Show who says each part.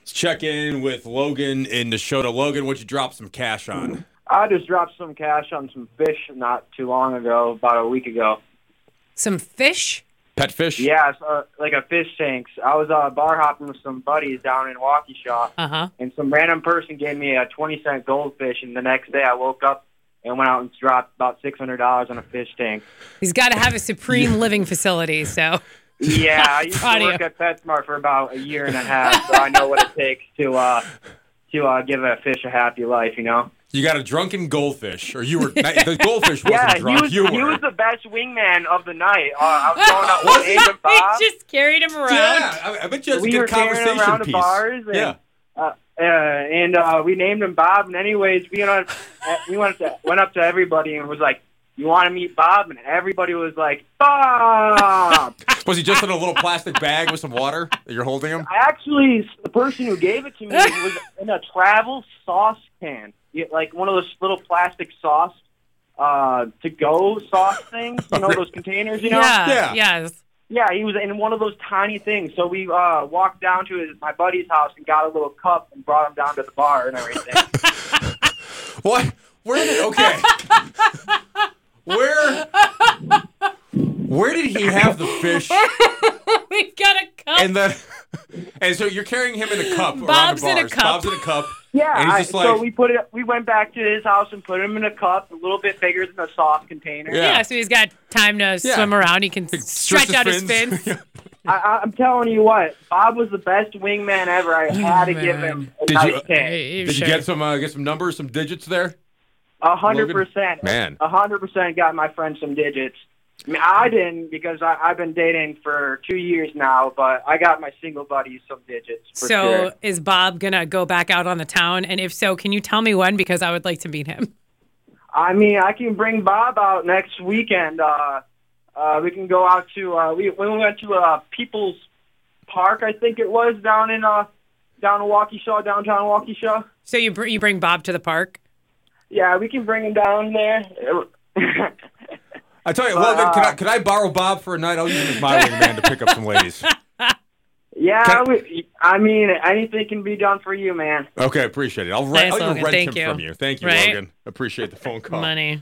Speaker 1: Let's check in with Logan in Neshota. Logan, what'd you drop some cash on?
Speaker 2: I just dropped some cash on some fish not too long ago, about a week ago.
Speaker 3: Some fish?
Speaker 1: Pet fish?
Speaker 2: Yeah, so, uh, like a fish tanks. I was uh, bar hopping with some buddies down in Waukesha,
Speaker 3: Uh huh.
Speaker 2: and some random person gave me a 20 cent goldfish, and the next day I woke up and went out and dropped about $600 on a fish tank.
Speaker 3: He's got to have a supreme living facility. So
Speaker 2: Yeah, I used
Speaker 3: Proud
Speaker 2: to
Speaker 3: of
Speaker 2: work
Speaker 3: you.
Speaker 2: at PetSmart for about a year and a half, so I know what it takes to uh, to uh, give a fish a happy life. You know.
Speaker 1: You got a drunken goldfish, or you were the goldfish wasn't
Speaker 2: Yeah, he
Speaker 1: drunk.
Speaker 2: was,
Speaker 1: you were.
Speaker 2: he was the best wingman of the night. Uh, I was going out with Agent Bob.
Speaker 3: he just carried him around.
Speaker 1: yeah, I, I bet you that's
Speaker 2: we
Speaker 1: a
Speaker 2: were
Speaker 1: good
Speaker 2: carrying
Speaker 1: conversation
Speaker 2: around to
Speaker 1: piece.
Speaker 2: bars. And,
Speaker 1: yeah,
Speaker 2: Uh, uh, and uh, we named him Bob. And anyways, we went on, uh, we went to, went up to everybody and was like, "You want to meet Bob?" And everybody was like, "Bob."
Speaker 1: was he just in a little plastic bag with some water that you're holding him?
Speaker 2: I actually, the person who gave it to me was in a travel saucepan, Yeah, like one of those little plastic sauce uh, to go sauce things. You know those containers. You know.
Speaker 3: Yeah.
Speaker 1: Yeah.
Speaker 3: Yes.
Speaker 2: Yeah, he was in one of those tiny things. So we uh, walked down to his, my buddy's house and got a little cup and brought him down to the bar and everything.
Speaker 1: What? Where did okay? where? Where did he have the fish?
Speaker 3: We've got a cup.
Speaker 1: And the and so you're carrying him in a cup around
Speaker 3: Bob's
Speaker 1: the
Speaker 3: in a
Speaker 1: bars.
Speaker 3: cup.
Speaker 1: Bob's in a cup.
Speaker 2: yeah,
Speaker 1: And he's
Speaker 2: I-
Speaker 1: just
Speaker 2: so
Speaker 1: like-
Speaker 2: we put it. We went back to his house and put him in a cup, a little bit bigger than a soft container.
Speaker 1: Yeah.
Speaker 3: yeah. So he's got time to
Speaker 1: Yeah.
Speaker 3: swim around. He can stretch out his fins.
Speaker 2: I, I, I'm telling you what, Bob was the best wingman ever. I had to give him a
Speaker 1: Did
Speaker 2: nice
Speaker 1: you-
Speaker 2: tip.
Speaker 1: Did you get some uh, get some numbers, some digits there?
Speaker 2: A hundred
Speaker 1: Logan?
Speaker 2: percent,
Speaker 1: Man.
Speaker 2: A hundred percent got my friend some digits. I, mean, I didn't because I, I've been dating for two years now, but I got my single buddies some digits. For
Speaker 3: so
Speaker 2: sure.
Speaker 3: is Bob gonna go back out on the town? And if so, can you tell me when? Because I would like to meet him.
Speaker 2: I mean, I can bring Bob out next weekend. Uh, uh, we can go out to uh, we when we went to uh, People's Park, I think it was down in uh, down in Waukesha, downtown Waukesha.
Speaker 3: So you br- you bring Bob to the park?
Speaker 2: Yeah, we can bring him down there.
Speaker 1: I tell you, Logan,
Speaker 2: uh,
Speaker 1: can I, can I borrow Bob for a night? I'll use him as my wingman to pick up some ladies.
Speaker 2: yeah,
Speaker 1: Can-
Speaker 2: we, I mean, anything can be done for you, man.
Speaker 1: Okay, appreciate it. I'll rent,
Speaker 3: Thanks,
Speaker 1: I'll even
Speaker 3: Logan.
Speaker 1: rent him
Speaker 3: Thank you.
Speaker 1: from you. Thank you,
Speaker 3: Right?
Speaker 1: Logan. Appreciate the phone call.
Speaker 3: Money.